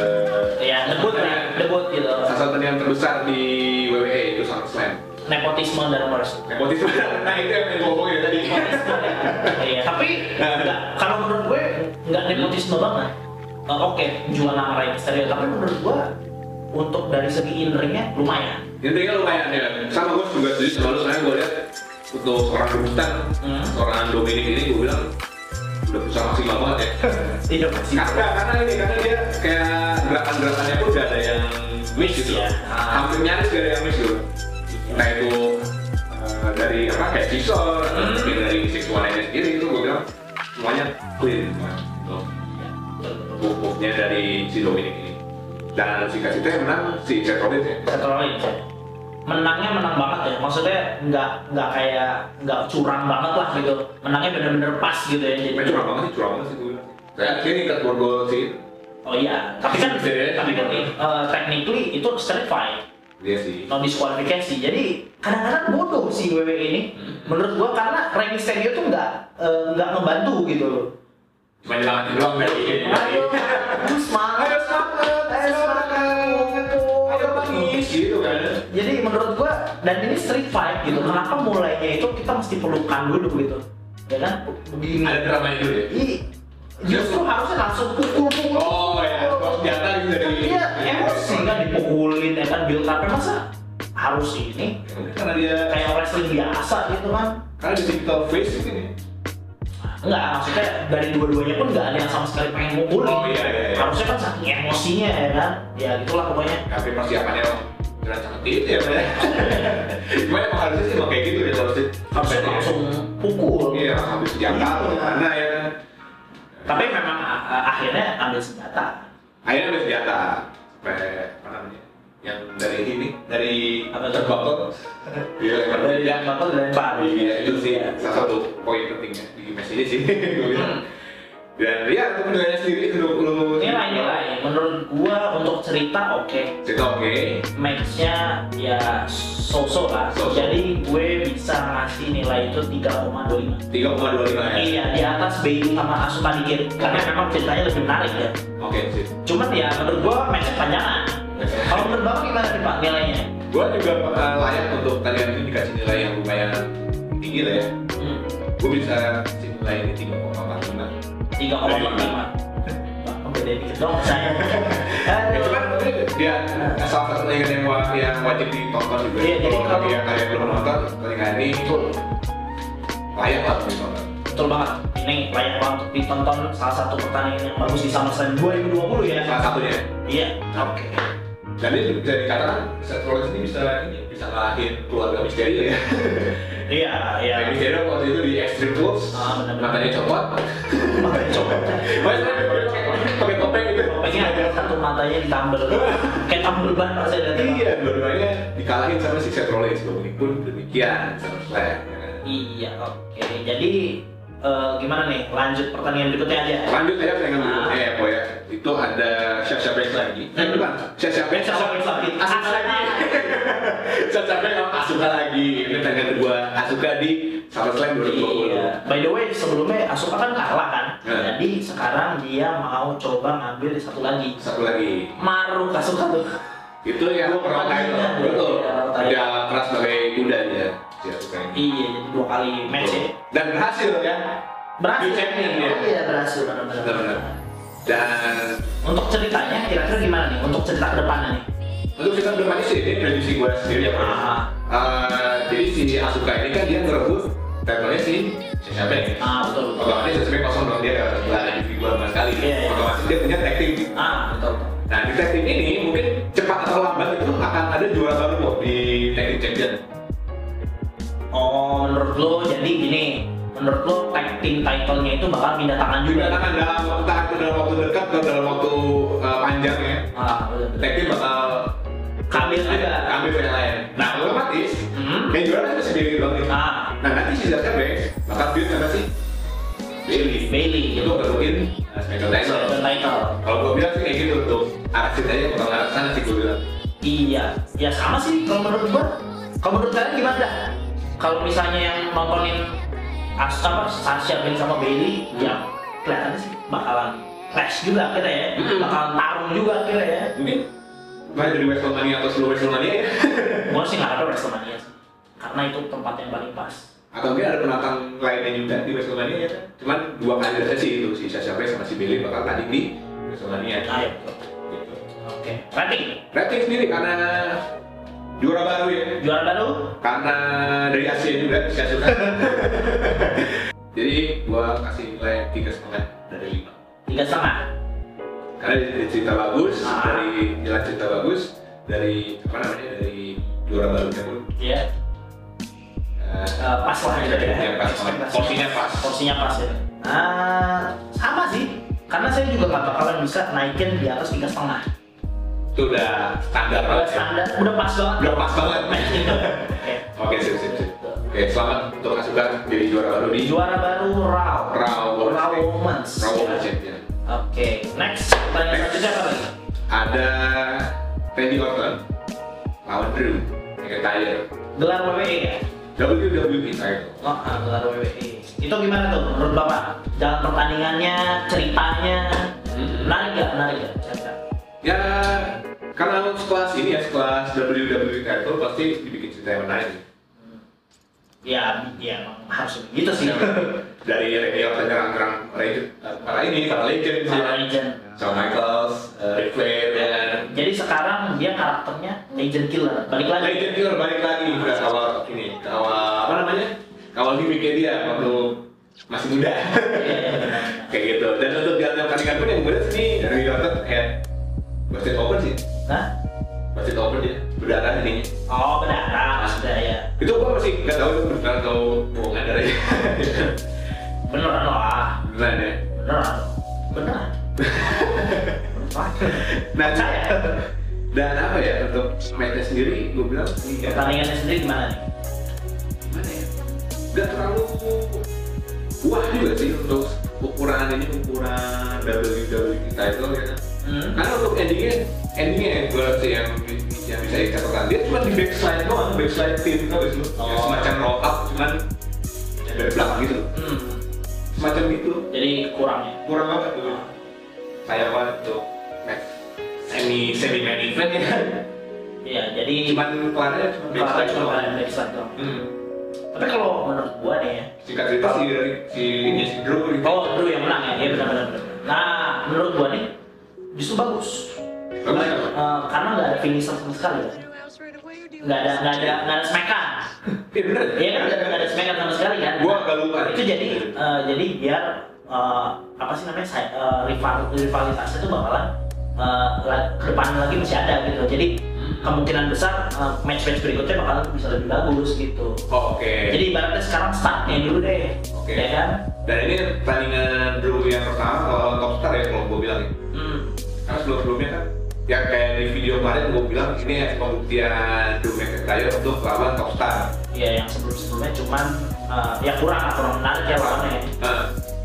S3: Ya, debut
S2: Iya.
S3: ya, debut gitu.
S2: salah satu pertandingan terbesar di WWE itu SummerSlam
S3: Nepotisme dan mercy.
S2: Nepotisme, nah itu yang pengen ngomongin tadi
S3: Iya, tapi nggak- kalau menurut gue nggak nepotisme banget. Eh, Oke, jual nama Ray Mysterio, tapi menurut gue untuk dari segi in-ringnya lumayan.
S2: Intinya lumayan ya, sama gue juga setuju sama lu, soalnya gue lihat untuk seorang debutan,
S3: Hmm.
S2: seorang Dominic ini gue bilang udah bisa maksimal banget ya
S3: Iya pasti.
S2: karena, karena ini, karena dia kayak gerakan-gerakannya pun gak ada yang miss gitu loh
S3: Iya.
S2: hampir nyaris gak ada yang miss gitu nah itu eh, dari apa kayak scissor, atau
S3: Hmm.
S2: mungkin dari six one nine sendiri itu gue bilang semuanya clean semua gitu. move-move-nya dari si Dominic ini dan si kasih yang menang si Seth Rollins ya
S3: Satu lagi, Cek. menangnya menang banget ya. Maksudnya nggak nggak kayak nggak curang banget lah gitu. Menangnya bener-bener pas gitu ya. Jadi,
S2: Cuma curang banget sih, curang banget sih gue bilang. Saya akhirnya ikat borgo sih.
S3: oh iya, tapi kan
S2: Iya,
S3: tapi kan
S2: iya.
S3: eh, technically itu street fight.
S2: Dia Iya sih.
S3: non diskualifikasi jadi kadang-kadang bodoh si WWE E ini
S2: Hmm.
S3: menurut gua karena Rey Mysterio tuh nggak eh, nggak ngebantu gitu loh
S2: Cuma nyelamatin doang Iya dari ini.
S3: ayo lu semangat
S2: semangat,
S3: ayo semangat.
S2: ayo nangis gitu kan.
S3: jadi menurut gua dan ini street fight gitu kenapa mulainya itu kita mesti pelukan dulu gitu ya kan begini
S2: Ada dramanya dulu ya.
S3: Ih, justru harusnya langsung pukul-pukul
S2: Oh ya, terus senjata gitu dari.
S3: iya emosi kan dipukulin ya kan build up masa harus ini
S2: Karena dia
S3: kayak wrestling biasa gitu kan
S2: karena dia digital face ini.
S3: Enggak, maksudnya dari dua-duanya pun nggak ada yang sama sekali pengen ngumpulin.
S2: Oh, iya, iya, iya.
S3: Harusnya kan saking emosinya ya kan. Ya gitulah pokoknya.
S2: Tapi persiapannya emang jalan sangat itu ya. Pak. Cuma emang harusnya sih emang kayak gitu ya harusnya.
S3: Harusnya langsung pukul.
S2: Iya, habis senjata
S3: Iya.
S2: atau mana ya.
S3: Tapi memang eh, akhirnya ambil senjata.
S2: akhirnya ada senjata sampai apa namanya yang dari ini dari
S3: Apa tuh?
S2: terkotor iya lempar
S3: Dari
S2: dia
S3: yang bakal dan baru.
S2: iya itu sih salah satu poin pentingnya di match ini sih gue
S3: Hmm.
S2: bilang dan ya untuk penilaiannya sendiri itu lu lu
S3: Nilai-nilai, menurut gua untuk cerita oke.
S2: cerita oke
S3: Match-nya ya so-so lah.
S2: So-so.
S3: Jadi gue bisa ngasih nilai itu 3,25.
S2: tiga koma dua lima ya
S3: Iya, di atas Bailey sama Asuka dikit. Karena memang ceritanya lebih menarik ya.
S2: oke sih
S3: Cuman ya menurut gua matchnya panjangan. Kalau menurut Bang gimana nih Pak nilainya?
S2: gue juga eh, layak untuk kalian ini dikasih nilai yang lumayan tinggi lah ya
S3: Hmm,
S2: gue bisa kasih nilai ini tiga koma empat lima
S3: 3,45. Wah, beda dikit dong saya.
S2: Ya,
S3: Aduh.
S2: cuman dia salah satu yang yang, wa- yang wajib ditonton juga.
S3: Iya, jadi
S2: kalau
S3: kalau-
S2: kalian kalian belum nonton, pertandingan ini itu layak lah untuk ditonton.
S3: Betul banget. Ini layak banget untuk ditonton salah satu pertandingan yang bagus di SummerSlam 2020 ya.
S2: Salah satunya.
S3: Iya. Oke.
S2: Dan ini bisa dikatakan Seth Rollins ini bisa ini bisa ngalahin keluarga Mysterio ya.
S3: Iya, iya.
S2: Kayak Mysterio waktu itu di Extreme Rules,
S3: Ah, benar-benar.
S2: matanya copot.
S3: Makanya coba.
S2: Mas, pakai topeng gitu.
S3: Pokoknya ada satu matanya ditambel. Kayak tambel ban pas saya ya, datang.
S2: Iya, dua-duanya dikalahin sama si Seth Rollins. Dominic pun demikian, sama Slack. ya kan?
S3: Iya, oke. Jadi eh, gimana nih? Lanjut pertandingan berikutnya aja.
S2: lanjut aja pertandingan berikutnya ya po ya itu ada Sasha Banks lagi eh bukan Sasha Banks
S3: Sasha Banks lagi.
S2: Asuka lagi Sasha Banks sama Asuka lagi ini pertandingan kedua Asuka di SummerSlam 2020
S3: Iya. By the way, sebelumnya Asuka kan kalah kan?
S2: Hmm.
S3: Jadi sekarang dia mau coba ngambil satu lagi.
S2: satu lagi
S3: Maru Asuka tuh.
S2: itu yang
S3: Dua
S2: pernah
S3: kali,
S2: title
S3: ya.
S2: betul
S3: Iya, title.
S2: udah keras sebagai kuda dia si Asuka ini
S3: Iya, jadi dua kali match ya.
S2: dan berhasil ya
S3: Berhasil.
S2: New champion
S3: Oh,
S2: dia
S3: Iya, berhasil benar-benar.
S2: benar-benar dan
S3: Untuk ceritanya kira-kira gimana nih? Untuk cerita kedepannya nih?
S2: Untuk kita bermain sih, ini prediksi gue sendiri ya Pak.
S3: Ah.
S2: Eh, jadi si Asuka ini kan dia ngerebut title-nya si Sasha Banks.
S3: Ah, betul betul.
S2: Otomatis Sasha Banks kosong dong, dia nggak nggak ada individu sama sekali.
S3: Iya, iya.
S2: Otomatis dia punya tag team.
S3: Ah, betul. betul.
S2: Nah di tag team ini mungkin cepat atau lambat itu akan ada juara baru kok di tag team champion.
S3: Oh, menurut lo jadi gini, menurut lo tag team title-nya itu bakal pindah tangan juga? kan?
S2: Juga akan dalam waktu entah itu dalam waktu dekat atau dalam waktu eh, panjang ya.
S3: Ah, betul. betul.
S2: Tag team bakal
S3: Kami
S2: Yang lain,
S3: juga.
S2: kami yang lain. Nah, otomatis
S3: Hmm.
S2: yang jualan itu si Bailey doang nih.
S3: Ah.
S2: Nah, nanti si Zaza Banks bakal build sama si Bailey.
S3: Bailey.
S2: Untuk bentukin uh, SmackDown title.
S3: Second title.
S2: Kalau gue bilang sih kayak gitu tuh. Arah ceritanya bakal ngarah ke sana sih gue bilang.
S3: Iya, ya sama sih kalau menurut gua. Kalau menurut kalian gimana? dah? Kalau misalnya yang nontonin As apa Sasha Banks sama Bailey, ya kelihatannya sih bakalan clash juga kita ya,
S2: Mm-mm.
S3: bakalan tarung juga kita ya.
S2: Mungkin mulai dari Wrestlemania atau sebelum Wrestlemania ya.
S3: Gua sih nggak ada Wrestlemania sih, karena itu tempat yang paling pas.
S2: atau mungkin ada penantang lainnya juga di Wrestlemania ya. kan? Cuman dua kandidat sih itu si Sasha Banks sama si Bailey bakal tanding di Wrestlemania.
S3: Ayo,
S2: Gitu.
S3: oke. Rating,
S2: Rating sendiri karena juara baru ya.
S3: juara baru?
S2: karena dari Asia juga saya suka jadi gua kasih nilai tiga setengah dari lima
S3: Tiga setengah.
S2: karena dari cerita bagus
S3: Ah.
S2: dari jalan cerita bagus dari apa namanya dari juara barunya pun
S3: Ya,
S2: eh,
S3: eh, pas lah gitu ya.
S2: yang Iya, pas banget. porsinya pas
S3: porsinya pas ya. Ah, sama sih, karena saya juga nggak bakalan bisa naikin di atas tiga setengah.
S2: itu udah standar
S3: Udah
S2: banget ya.
S3: standar, udah pas banget.
S2: udah pas banget
S3: Oke.
S2: oke sip sip sip oke selamat untuk Asuka jadi juara baru di
S3: Juara baru Raw.
S2: Raw Women's
S3: Raw
S2: Champion.
S3: Women's.
S2: Raw Women's
S3: Oke,
S2: Champion
S3: next. Pertanyaan
S2: ya. Next.
S3: selanjutnya apa lagi?
S2: ada Randy Orton lawan Drew yang tire
S3: Gelar WWE ya?
S2: WWE E title
S3: Oh, ah, gelar WWE. Itu gimana tuh menurut Bapak? Jalan pertandingannya, ceritanya,
S2: Hmm.
S3: menarik gak? Menarik gak? Cerita.
S2: ya karena lo sekelas ini ya sekelas WWE title pasti dibikin cerita yang menarik
S3: Ya, ya emang harus begitu sih.
S2: Iya. dari Randy Orton nyerang-nyerang Rey- eh, para ini para legend sih
S3: Sama legend.
S2: Shawn Michaels, eh, Ric Flair, ya kan?
S3: Jadi sekarang dia karakternya legend killer. Balik lagi.
S2: Legend Killer balik lagi ke awal ini, ke awal apa namanya? Ke awal gimmicknya dia waktu masih muda
S3: Iya, iya, benar.
S2: kayak gitu. Dan untuk jalan yang pertandingan pun yang gue lihat sih Randy Orton kayak basket open sih,
S3: Hah?
S2: basket open dia berdarah ini.
S3: Oh, benar. Sudah ya.
S2: Itu gue masih nggak tahu itu beneran atau bohongan dari
S3: Beneran lah.
S2: beneran ya.
S3: beneran beneran
S2: Nah, saya dan apa ya untuk matchnya sendiri gue bilang ini ya,
S3: pertandingannya sendiri gimana nih
S2: gimana ya nggak terlalu wah juga sih untuk ukuran ini ukuran WWE title ya kan
S3: hmm?
S2: karena untuk endingnya endingnya yang gue lihat sih yang yang bisa dikatakan dia cuma di backslide doang backslide tim tau gak sih lu? Yang
S3: Oh.
S2: semacam roll up cuman yang dari belakang gitu
S3: Hmm.
S2: semacam gitu
S3: jadi kurangnya
S2: kurang banget tuh sayang banget tuh match semi semi main event ya kan
S3: iya jadi
S2: cuman kelarnya cuma
S3: kalau
S2: backslide
S3: cuma
S2: doang
S3: kalian backslide doang
S2: Hmm.
S3: tapi kalau menurut gua nih ya
S2: singkat cerita si si ini si Drew gitu.
S3: oh Drew yang menang ya iya benar-benar nah menurut gua nih justru bagus
S2: Bagus ya?
S3: Eh, karena nggak ada finisher sama sekali kan? nggak ada nggak ada nggak ada smackdown
S2: Iya bener.
S3: iya kan nggak ada- nggak ada smackdown sama sekali kan
S2: Gua agak lupa.
S3: itu jadi eh, jadi biar eh, apa sih namanya saya, eh, rival, rivalitasnya itu bakalan eh, la- ke depan lagi masih ada gitu jadi kemungkinan besar eh, match-match berikutnya bakalan bisa lebih bagus gitu
S2: Oh, Oke.
S3: jadi ibaratnya sekarang startnya dulu deh
S2: Oke.
S3: ya kan
S2: Dan ini pertandingan Drew yang pertama lawan Top Star ya kalau gue bilang ya.
S3: hmm.
S2: Karena sebelum sebelumnya kan ya kayak di video kemarin gue bilang ini ya pembuktian Drew McIntyre untuk lawan Top Star.
S3: ya yang sebelum-sebelumnya cuman eh, ya kurang lah, kurang menarik ya lawannya ya.
S2: Nah,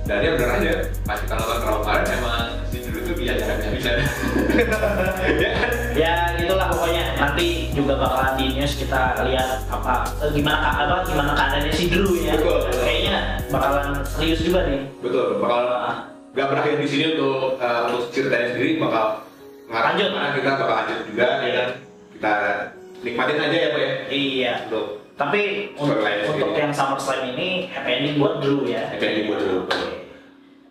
S2: dan dia bener aja pas kita lawan lawan kemarin emang si Drew itu biasa biasa bisa. Ya kan?
S3: ya gitulah pokoknya nanti juga bakalan di news kita lihat apa eh, gimana ka- apa gimana keadaannya si Drew ya
S2: Betul.
S3: kayaknya bakalan serius juga nih
S2: Betul. Bakal nggak berakhir di sini untuk eh, untuk ceritanya sendiri bakal ngarah
S3: Lanjut.
S2: kemana, kita bakal lanjut juga ya kan? kita nikmatin aja ya pak ya
S3: iya
S2: untuk
S3: tapi untuk,
S2: Storyline
S3: untuk
S2: sendiri.
S3: yang SummerSlam ini happy ending buat Drew ya
S2: Happy ending buat Drew.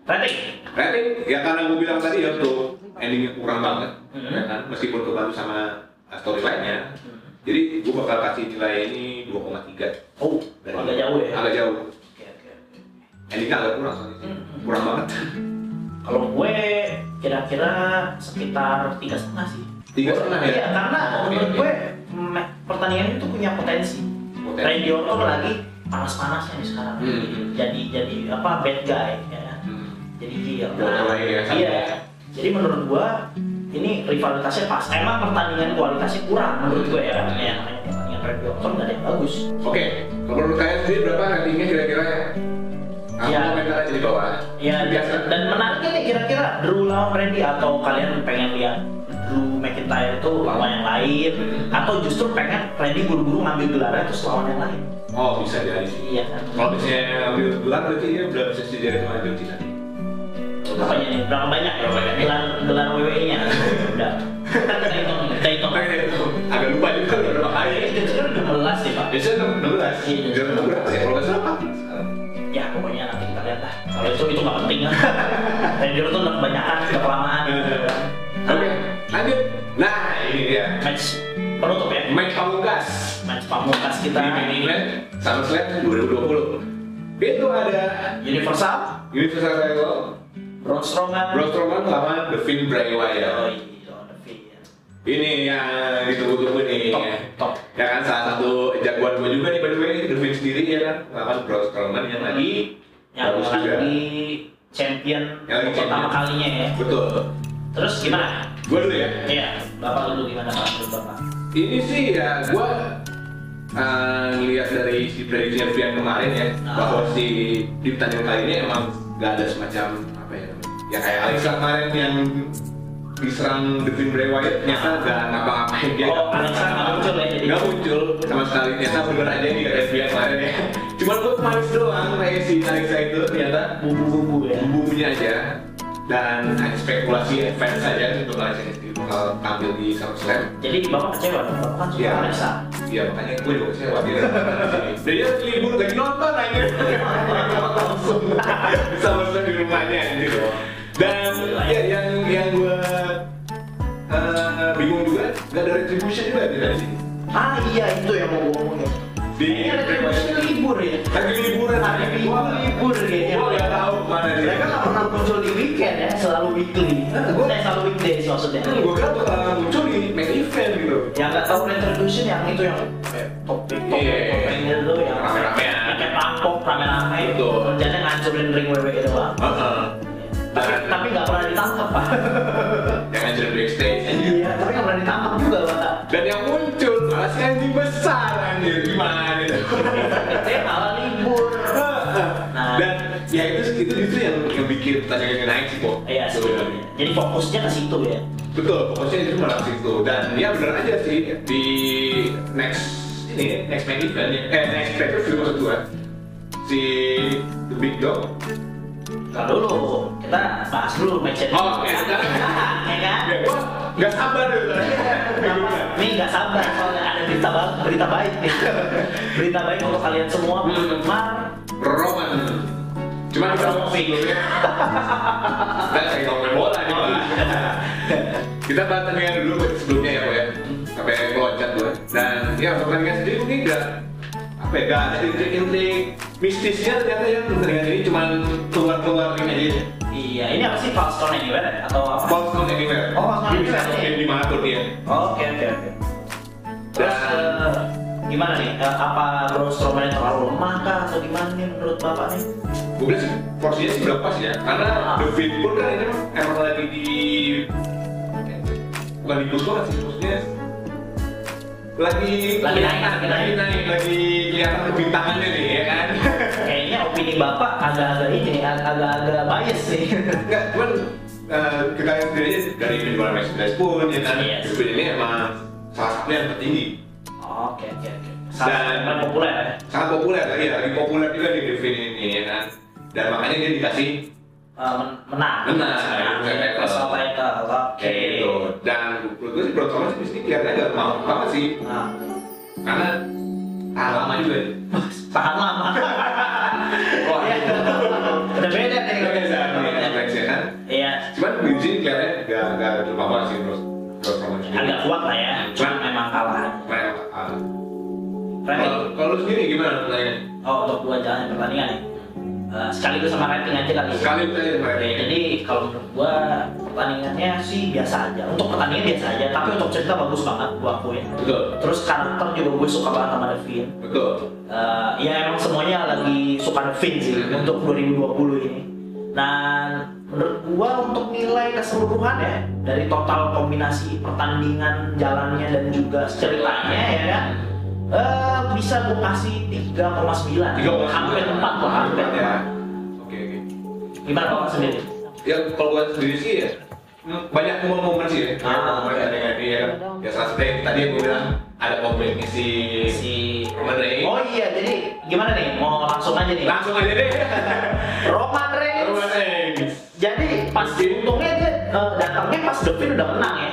S3: rating
S2: rating ya karena gue bilang tadi ya untuk endingnya kurang banget
S3: Mhm.
S2: ya kan meskipun kebantu sama eh, storyline-nya jadi gue bakal kasih nilai ini 2,3
S3: oh
S2: Dari-
S3: agak jauh ya
S2: agak jauh
S3: Oke, oke, oke.
S2: endingnya agak kurang soalnya sih.
S3: Mhm.
S2: kurang banget
S3: kalau gue kira-kira sekitar tiga setengah sih
S2: tiga setengah ya
S3: Iya, karena
S2: Oke,
S3: menurut
S2: oke.
S3: gue mm, pertandingan itu punya potensi.
S2: Potensi.
S3: Randy Orton lagi panas-panasnya nih sekarang.
S2: Hmm.
S3: Jadi jadi apa bad guy ya.
S2: Hmm.
S3: Jadi heel.
S2: Bad guy ya,
S3: iya.
S2: sama.
S3: Jadi menurut gue ini rivalitasnya pas emang pertandingan kualitasnya kurang menurut gue ya karena yang namanya pertandingan Red Johnson nggak ada yang bagus
S2: Oke, kalau menurut kalian sendiri berapa ratingnya kira-kira? ya? Aku
S3: Ya.
S2: komentar aja di bawah.
S3: Ya,
S2: biasa.
S3: dan menariknya nih kira-kira Drew lawan Randy atau kalian pengen lihat Drew McIntyre itu lawan yang lain atau justru pengen Randy buru-buru ngambil gelarnya terus lawan yang lain.
S2: Oh bisa jadi sih.
S3: Iya kan.
S2: Kalau misalnya ngambil gelar berarti dia udah bisa sejajar sama John Cena.
S3: Apa ya nih? Berapa banyak ya?
S2: Berapa banyak?
S3: Gelar gelar WWE-nya. Udah. Kita hitung, kita hitung.
S2: Oke, agak lupa juga udah berapa kali.
S3: Jadi itu udah 16 sih, Pak.
S2: Biasanya enam- 16.
S3: Iya.
S2: Dia enam belas ya. Kalau nggak salah 14 sekarang.
S3: Ya, pokoknya nanti kita lihat lah. Kalau itu itu nggak penting lah. Randy Orton udah kebanyakan, udah kelamaan.
S2: Iya, Oke, lanjut. Nah ini dia
S3: Match penutup ya.
S2: Mike Pamungkas
S3: Match pamungkas
S2: di
S3: kita.
S2: Main Event SummerSlam 2020. Itu ada
S3: Universal
S2: Universal Title
S3: Braun Strowman.
S2: Braun Strowman lawan The Finn Bray
S3: Oh
S2: Wyatt.
S3: iya, The Fiend.
S2: Ini yang ditunggu-tunggu nih.
S3: Top, top.
S2: Ya kan salah satu jagoan gue juga nih by the way, The Finn sendiri ya kan lawan Braun Strowman yang lagi
S3: Yang
S2: bagus
S3: lagi
S2: juga.
S3: champion
S2: Yang lagi
S3: pertama
S2: champion.
S3: kalinya ya.
S2: Betul.
S3: Terus gimana?
S2: Gue dulu ya.
S3: Iya, bapak lu gimana Pak? Menurut Bapak?
S2: Ini sih ya gue ngelihat dari si prediksi yang kemarin ya
S3: Ah.
S2: bahwa si di pertandingan kali ini emang gak ada semacam apa ya namanya, ya kayak Alexa kemarin yang diserang Devin Bray Wyatt ternyata gak ngapa-ngapain dia
S3: Oh, Alexa nggak muncul ya, jadi?
S2: Nggak muncul sama sekali ternyata bener aja nih kayak FBI kemarin ya cuman gue kemarin doang kayak si Alexa itu ternyata
S3: Bumbu-bumbu ya.
S2: bumbunya aja dan hanya spekulasi fans saja untuk Alexa itu bakal tampil di SummerSlam
S3: Jadi Bapak kecewa, Bapak kan suka
S2: Iya.
S3: Alexa.
S2: Iya makanya gue juga kecewa dia. Dan dia libur lagi nonton aja. Langsung sama sama di rumahnya gitu. Dan ya yang yang gue eh, bingung juga nggak ada retribution juga di sini.
S3: Ah iya, itu yang mau gue ngomongin.
S2: Di
S3: Ini ada retribution libur ya.
S2: lagi liburan
S3: Hari minggu libur kayaknya.
S2: Gue nggak tahu mana dia.
S3: Mereka nggak pernah muncul di weekend ya, selalu weekly.
S2: Nah, gua-
S3: Eh, selalu weekdays maksudnya.
S2: Gue Kan kira bakal muncul di main event gitu.
S3: yang nggak tahu retribution yang itu yang topik
S2: Iya.
S3: topiknya itu yang
S2: Rame-ramean.
S3: pakai pangkok rame-rame itu
S2: Betul.
S3: kerjanya ngancurin ring WWE itu bang
S2: Heeh.
S3: tapi tapi nggak pernah ditangkap pak
S2: Yang ngajarin backstage.
S3: iya tapi nggak pernah ditangkap juga pak
S2: Dan yang muncul malah si anjing besar anjir gimana itu.
S3: saya malah libur Nah.
S2: dan ya itu itu justru yang yang bikin pertandingan naik sih kok
S3: iya sih jadi fokusnya ke situ ya
S2: betul fokusnya itu malah ke situ dan ya bener aja sih di next ini next main event ya eh next pay per view maksud gua si The Big Dog
S3: ntar dulu kita bahas dulu match
S2: Oh, oke.
S3: ya kan
S2: ya gua nggak sabar dulu
S3: Nih nggak sabar soalnya ada berita baik, berita baik nih. Berita baik untuk kalian semua. Mar,
S2: Roman cuman kita mau
S3: Roman.
S2: sebelumnya kita lagi ngomongin bola nih Pak. kita bahas pertandingan dulu sebelumnya ya Pak ya sampai loncat gue dan ya pertandingan sendiri mungkin nggak apa ya nggak ada intrik-intrik mistisnya ternyata ya pertandingan ini cuma keluar-keluar ini aja
S3: Iya, ini apa sih false count anywhere ya? atau apa?
S2: False count anywhere
S3: Oh, false count
S2: Dia bisa
S3: anywhere.
S2: main dimanapun dia
S3: Oke oke oke. Terus
S2: Dan-
S3: eh, gimana nih? Eh, apa Braun Strowman terlalu lemah kah atau gimana nih menurut bapak nih?
S2: gue bilang sih porsinya sih udah pas ya karena The Fit pun kan ini emang lagi di bukan di push banget sih maksudnya lagi
S3: Lagi naik, lagi
S2: lagi
S3: naik.
S2: naik lagi kelihatan kebintangannya nih ya kan
S3: Kayaknya opini bapak agak-agak ini nih, ag- agak-agak bias nih.
S2: Enggak, cuman eh, kita lihat sendiri aja dari penjualan merchandise pun ya kan
S3: Yes.
S2: The Fit ini emang salah satu yang tertinggi
S3: Oke oke oke.
S2: Dan-
S3: Sangat populer ya.
S2: sangat populer lagi ya, lagi populer juga di The Fit ini ya kan dan makanya dia dikasih
S3: Eh, men- menang.
S2: Menang, bukan title.
S3: Personal title. Oke.
S2: kayak gitu dan menurut gue sih Bro Thomas di sini kelihatannya gak mau banget sih
S3: Nah,
S2: karena tahan lama juga ya.
S3: tahan lama.
S2: Oh,
S3: Iya. Udah beda nih.
S2: Iya, iya, iya, iya, kan?
S3: Iya.
S2: Cuman di sini kelihatannya nggak nggak ada apa sih terus terus sama sendiri.
S3: Agak kuat lah ya. Cuman memang kalah.
S2: Cuman, ah.
S3: Randy,
S2: Kalau kalau lu sendiri gimana pertanyaannya?
S3: Oh, untuk gua jalan pertandingan nih. Eh, sekaligus sama rating aja kali. ya.
S2: Sekali pertanyaan
S3: Oke,
S2: kemarin.
S3: jadi kalau menurut gua pertandingannya sih biasa aja. Untuk pertandingan biasa aja, tapi untuk cerita bagus banget gua akuin.
S2: Betul,
S3: Terus karakter juga gue suka banget sama Devin.
S2: betul.
S3: iya, Eh, ya emang semuanya lagi suka Devin sih
S2: Hmm.
S3: untuk 2020 ini. Dan menurut gua untuk nilai keseluruhan ya dari total kombinasi pertandingan jalannya dan juga ceritanya ya kan eh, bisa gua kasih 3,9
S2: 3,9.
S3: hampir 4 lah hampir
S2: ya. Oke oke.
S3: gimana kalau sendiri?
S2: Ya kalau gua sendiri sih ya hmm, banyak momen-momen sih ya.
S3: Ah,
S2: momen ada yang ya. Ya seperti tadi yang gua bilang ada momen si
S3: si
S2: Roman Reigns.
S3: Oh iya, jadi gimana nih? Mau langsung aja nih.
S2: Langsung aja deh. Roman
S3: Roman Reigns.
S2: Reigns.
S3: Jadi pas untungnya dia eh, datangnya pas The Fiend udah menang ya.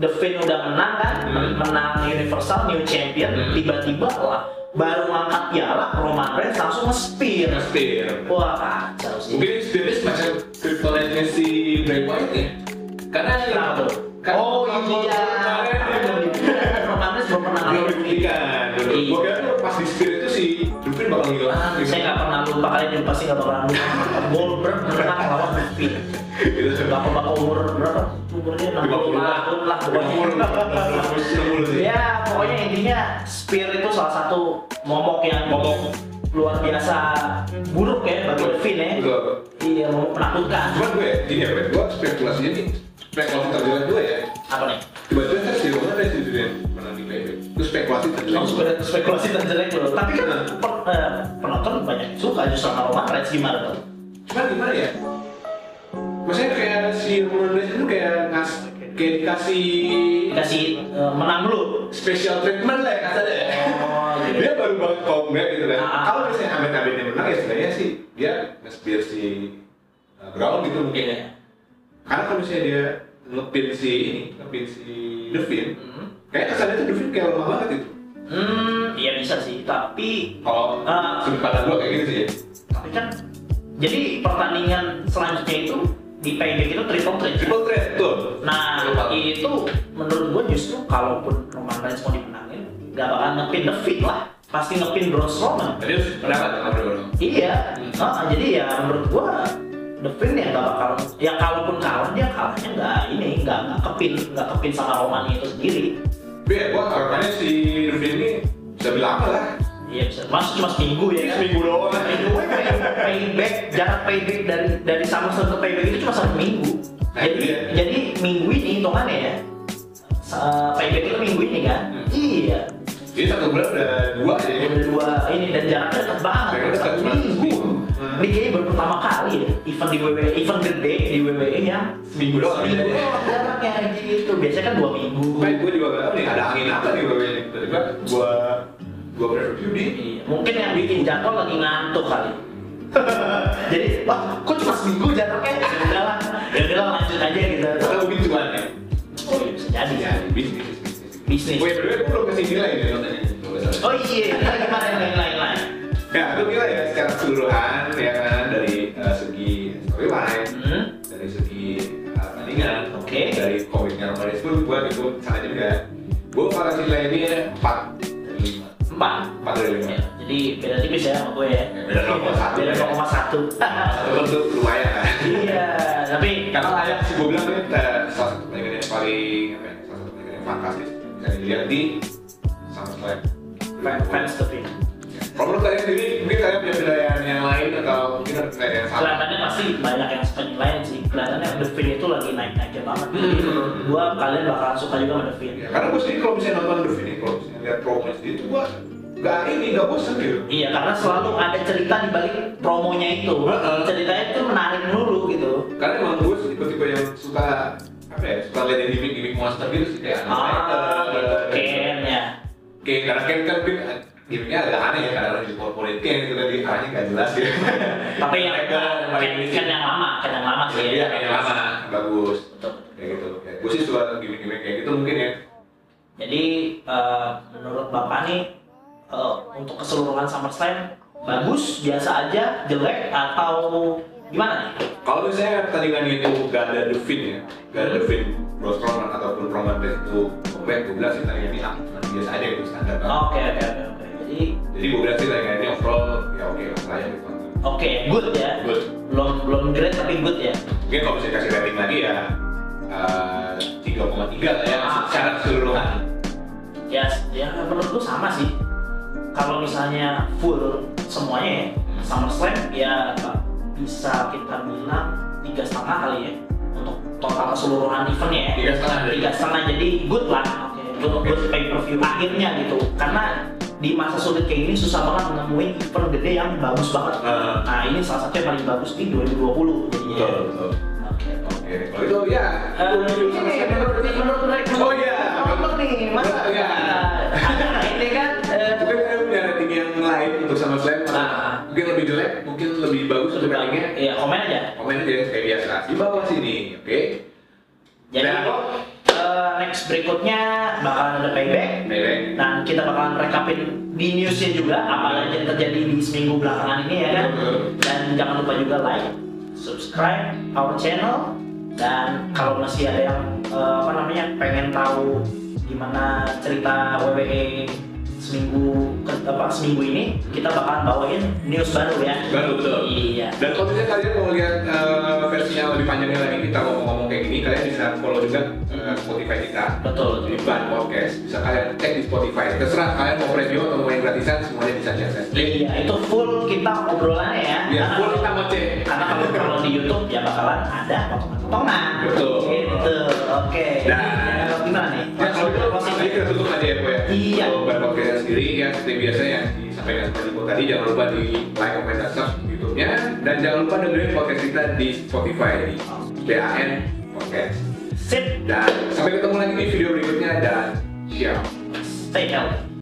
S3: The Fiend udah menang kan,
S2: Hmm.
S3: menang Universal New Champion.
S2: Hmm.
S3: Tiba-tiba lah baru ngangkat piala Roman Reigns langsung nge-spear.
S2: Spear.
S3: Wah kacau sih.
S2: Hmm. Mungkin Spirit semacam kriptonetnya si Bray Wyatt ya? Karena
S3: Kenapa tuh?
S2: Karena
S3: oh iya.
S2: kemarin dia belum
S3: kan? Roman Reigns belum pernah
S2: belum
S3: ngalamin.
S2: dibelikan.
S3: Iya.
S2: Gue kira tuh pas di Spirit itu si Dupin bakal ngilang. gitu.
S3: Ah, Saya nggak pernah lupa kalian juga pasti nggak bakalan lupa. Goldberg menang lawan The Fiend.
S2: Gitu.
S3: Bapak-bapak umur berapa? Umurnya 60
S2: 50 lah.
S3: tahun lah pokoknya.
S2: 50 sih.
S3: Ya, pokoknya intinya Spear itu salah satu momok yang
S2: Momok.
S3: luar biasa buruk ya bagi Finn ya.
S2: Betul.
S3: Iya, momok menakutkan.
S2: Cuman gue, ini ya, gue spekulasinya nih. Spekulasi terjelas gue ya.
S3: Apa nih?
S2: Tiba-tiba kan si Roman Reigns itu dia menang di Playboy. Itu spekulasi terjelas.
S3: Kamu spe- spekulasi dan jelek dulu. Tapi kan per- eh, penonton banyak yang suka justru sama Roman Reigns gimana tuh?
S2: cuman gimana ya maksudnya kayak si Roman Reigns itu kayak ngas kayak dikasih
S3: Dikasih eh, menang dulu.
S2: special treatment lah ya kasarnya ya
S3: Oh,
S2: dia baru banget comeback gitu kan
S3: Ah.
S2: kalau misalnya Ahmed Ahmed yang menang ya sebenarnya sih dia nge-spear si uh, Brown gitu mungkin ya karena kalau misalnya dia ngepin si ini ngepin si Devin kayak kesannya tuh Devin kayak lemah banget itu
S3: Hmm, iya bisa sih. Tapi
S2: kalau
S3: Ah.
S2: sudut pandang gua kayak gitu sih ya
S3: tapi kan jadi pertandingan selanjutnya itu di payback itu triple threat.
S2: triple threat iya. tuh
S3: Nah itu menurut gue justru kalaupun Roman Reigns mau dimenangin gak bakal ngepin The Fiend lah pasti ngepin Braun Strowman
S2: terus pendapat sama Bruno
S3: iya
S2: Hmm.
S3: Ah, jadi ya menurut gue The Fiend ya gak bakal ya kalaupun kalah dia kalahnya nggak ini nggak nggak kepin nggak kepin sama Roman itu sendiri
S2: Tapi ya, gua harapannya si Devin ini bisa bilang apa lah
S3: iya bisa masuk cuma seminggu ya kan
S2: Seminggu doang
S3: Seminggu, pay- payback jarak payback dari dari SummerSlam ke payback itu cuma satu minggu
S2: Nah,
S3: jadi
S2: iya.
S3: jadi minggu ini hitungannya ya Sa- payback itu minggu ini kan
S2: Hmm.
S3: iya
S2: Jadi satu bulan udah dua aja ya
S3: Yang dua ini dan jaraknya dekat banget.
S2: Jaraknya dekat
S3: Satu
S2: banget.
S3: minggu.
S2: Hmm.
S3: Ini kayaknya baru pertama kali ya event di WWE, event gede di WWE yang
S2: Seminggu doang
S3: ya. seminggu
S2: bedanya.
S3: doang jaraknya gitu. Biasanya kan dua minggu.
S2: Makanya gue juga gak tau nih ada angin apa nih gue ini Tiba-tiba gue gue preview di
S3: Iya. Mungkin yang bikin jadwal lagi ngantuk kali. Jadi, wah, kok cuma seminggu jaraknya? Ya udahlah, ya udahlah lanjut aja gitu.
S2: Kita mungkin cuan ya
S3: Oh iya, bisa jadi
S2: Ya
S3: ya.
S2: bisnis
S3: Bisnis.
S2: Gue berdua gue belum kasih nilai nih ya, nontonnya
S3: Oh iya, kita gimana yang lain-lain?
S2: Ya itu nilai ya secara keseluruhan ya kan Dari eh, segi storyline
S3: Hmm.
S2: Dari segi eh, pertandingan eh,
S3: Oke.
S2: Dari komiknya Romanis pun gue itu sangat juga Gue bakal kasih nilai ini 4 dari 5
S3: Empat.
S2: Empat dari lima.
S3: Ya, jadi beda tipis ya sama gue ya.
S2: Beda 0,1.
S3: Beda 0,1.
S2: Satu kan tuh lumayan lah
S3: Iya, tapi
S2: karena layak sih gue bilang ini eh, salah satu pertandingan yang paling apa ya, salah satu pertandingan yang fantastis bisa dilihat di SummerSlam
S3: fa- fans tapi
S2: kalau menurut kalian sendiri mungkin kalian punya penilaian yang lain atau mungkin ada penilaian yang sama
S3: kelihatannya pasti banyak yang penilaian sih. Kelihatannya The Fin itu lagi naik-naiknya banget. Jadi
S2: Hmm.
S3: gua kalian bakalan suka juga sama The Fin.
S2: ya, karena gue sendiri kalau misalnya nonton The Finish kalau misalnya lihat promo sendiri tuh gue gak ini gak bosan gitu
S3: Iya, karena selalu ada cerita di balik promonya itu.
S2: Heeh.
S3: Ceritanya itu menarik dulu gitu.
S2: karena emang gue sih tipe-tipe yang suka apa ya suka lihat yang gimmick-gimmick monster gitu sih kayak
S3: Ah,
S2: Undertaker,
S3: gitu.
S2: eh,
S3: Ken ya.
S2: Oke, karena Ken kan Ken gimmicknya agak aneh ya, karena kan, di korporat Ken itu tadi arahnya gak jelas ya
S3: Tapi yang
S2: eh,
S3: Ken, Ken yang lama, Ken yang lama sih. ya.
S2: Iya, yang lama, bagus
S3: Betul.
S2: Kayak gitu, ya, gue sih suka gimmick-gimmick kayak gitu mungkin ya
S3: Jadi eh, menurut Bapak nih eh, untuk keseluruhan SummerSlam bagus, biasa aja, jelek atau gimana nih?
S2: Kalau misalnya pertandingan kan itu gak ada The Fin ya Gak ada The Fin, Braun Strowman ataupun Roman Reigns itu comeback Gue bilang sih pertandingan ini ah, cuman biasa aja gitu, standar banget
S3: Oke oke oke oke. Jadi
S2: Jadi gue bilang sih pertandingan ini overall ya oke, layak gitu
S3: oke good ya.
S2: Good.
S3: Belum belum great tapi good ya.
S2: Mungkin kalau misalnya kasih rating lagi ya eh, 3,3 lah ya,
S3: Ah.
S2: secara keseluruhan
S3: Ya ya menurut gua sama sih. Kalau misalnya full semuanya ya SummerSlam ya bisa kita bilang tiga setengah kali ya untuk total keseluruhan event ya
S2: Tiga setengah dari-
S3: tiga setengah jadi good lah oke good,
S2: Oke.
S3: good pay per view akhirnya gitu karena di masa sulit kayak gini susah banget nemuin event gede yang bagus banget
S2: Heeh.
S3: nah ini salah satu yang paling bagus di 2020 jadinya
S2: Betul, betul.
S3: oke
S2: Oke, kalau itu ya.
S3: Eh, ini menurut menurut mereka
S2: Oh iya.
S3: penonton nih masa
S2: Iya.
S3: ada ini kan eh,
S2: Mungkin ada punya rating yang lain untuk sama slam.
S3: Ah.
S2: Mungkin lebih jelek, mungkin lebih bagus untuk ratingnya.
S3: Iya, komen aja.
S2: Komen aja kayak biasa. Di bawah sini, oke?
S3: Jadi
S2: Nah.
S3: eh, next berikutnya bakalan ada payback
S2: Merek.
S3: dan kita bakalan rekapin di newsnya juga apa aja yang terjadi di seminggu belakangan ini ya kan.
S2: Betul.
S3: Dan jangan lupa juga like, subscribe our channel dan kalau masih ada yang eh, apa namanya pengen tahu gimana cerita WWE seminggu ke- apa seminggu ini kita bakalan bawain news baru ya.
S2: Baru betul.
S3: Iya.
S2: Dan kalau misalnya kalian mau lihat eh, versinya lebih panjangnya lagi kita ngomong-ngomong kayak gini, kalian bisa follow juga eh, Spotify kita.
S3: Betul.
S2: Di Ban Podcast bisa kalian cek di Spotify. Terserah kalian mau premium atau mau yang gratisan semuanya bisa diakses.
S3: Iya, itu full kita ngobrolannya ya.
S2: Iya,
S3: Karena-
S2: full kita ngoceh.
S3: Karena kalau kalau di YouTube ya bakalan ada potongan-potongan.
S2: Betul.
S3: Gitu. Oke.
S2: Dan-
S3: Ya, gimana nih?
S2: Ya kalau gitu langsung aja kita tutup aja ya Bu ya.
S3: Iya.
S2: Kalau Ban Podcast sendiri ya seperti biasa yang disampaikan seperti Bu tadi jangan lupa di like, comment, dan subscribe YouTube-nya dan jangan lupa dengerin podcast kita di Spotify di BAN Podcast.
S3: Sip.
S2: Dan sampai ketemu lagi di video berikutnya dan ciao.
S3: Stay healthy.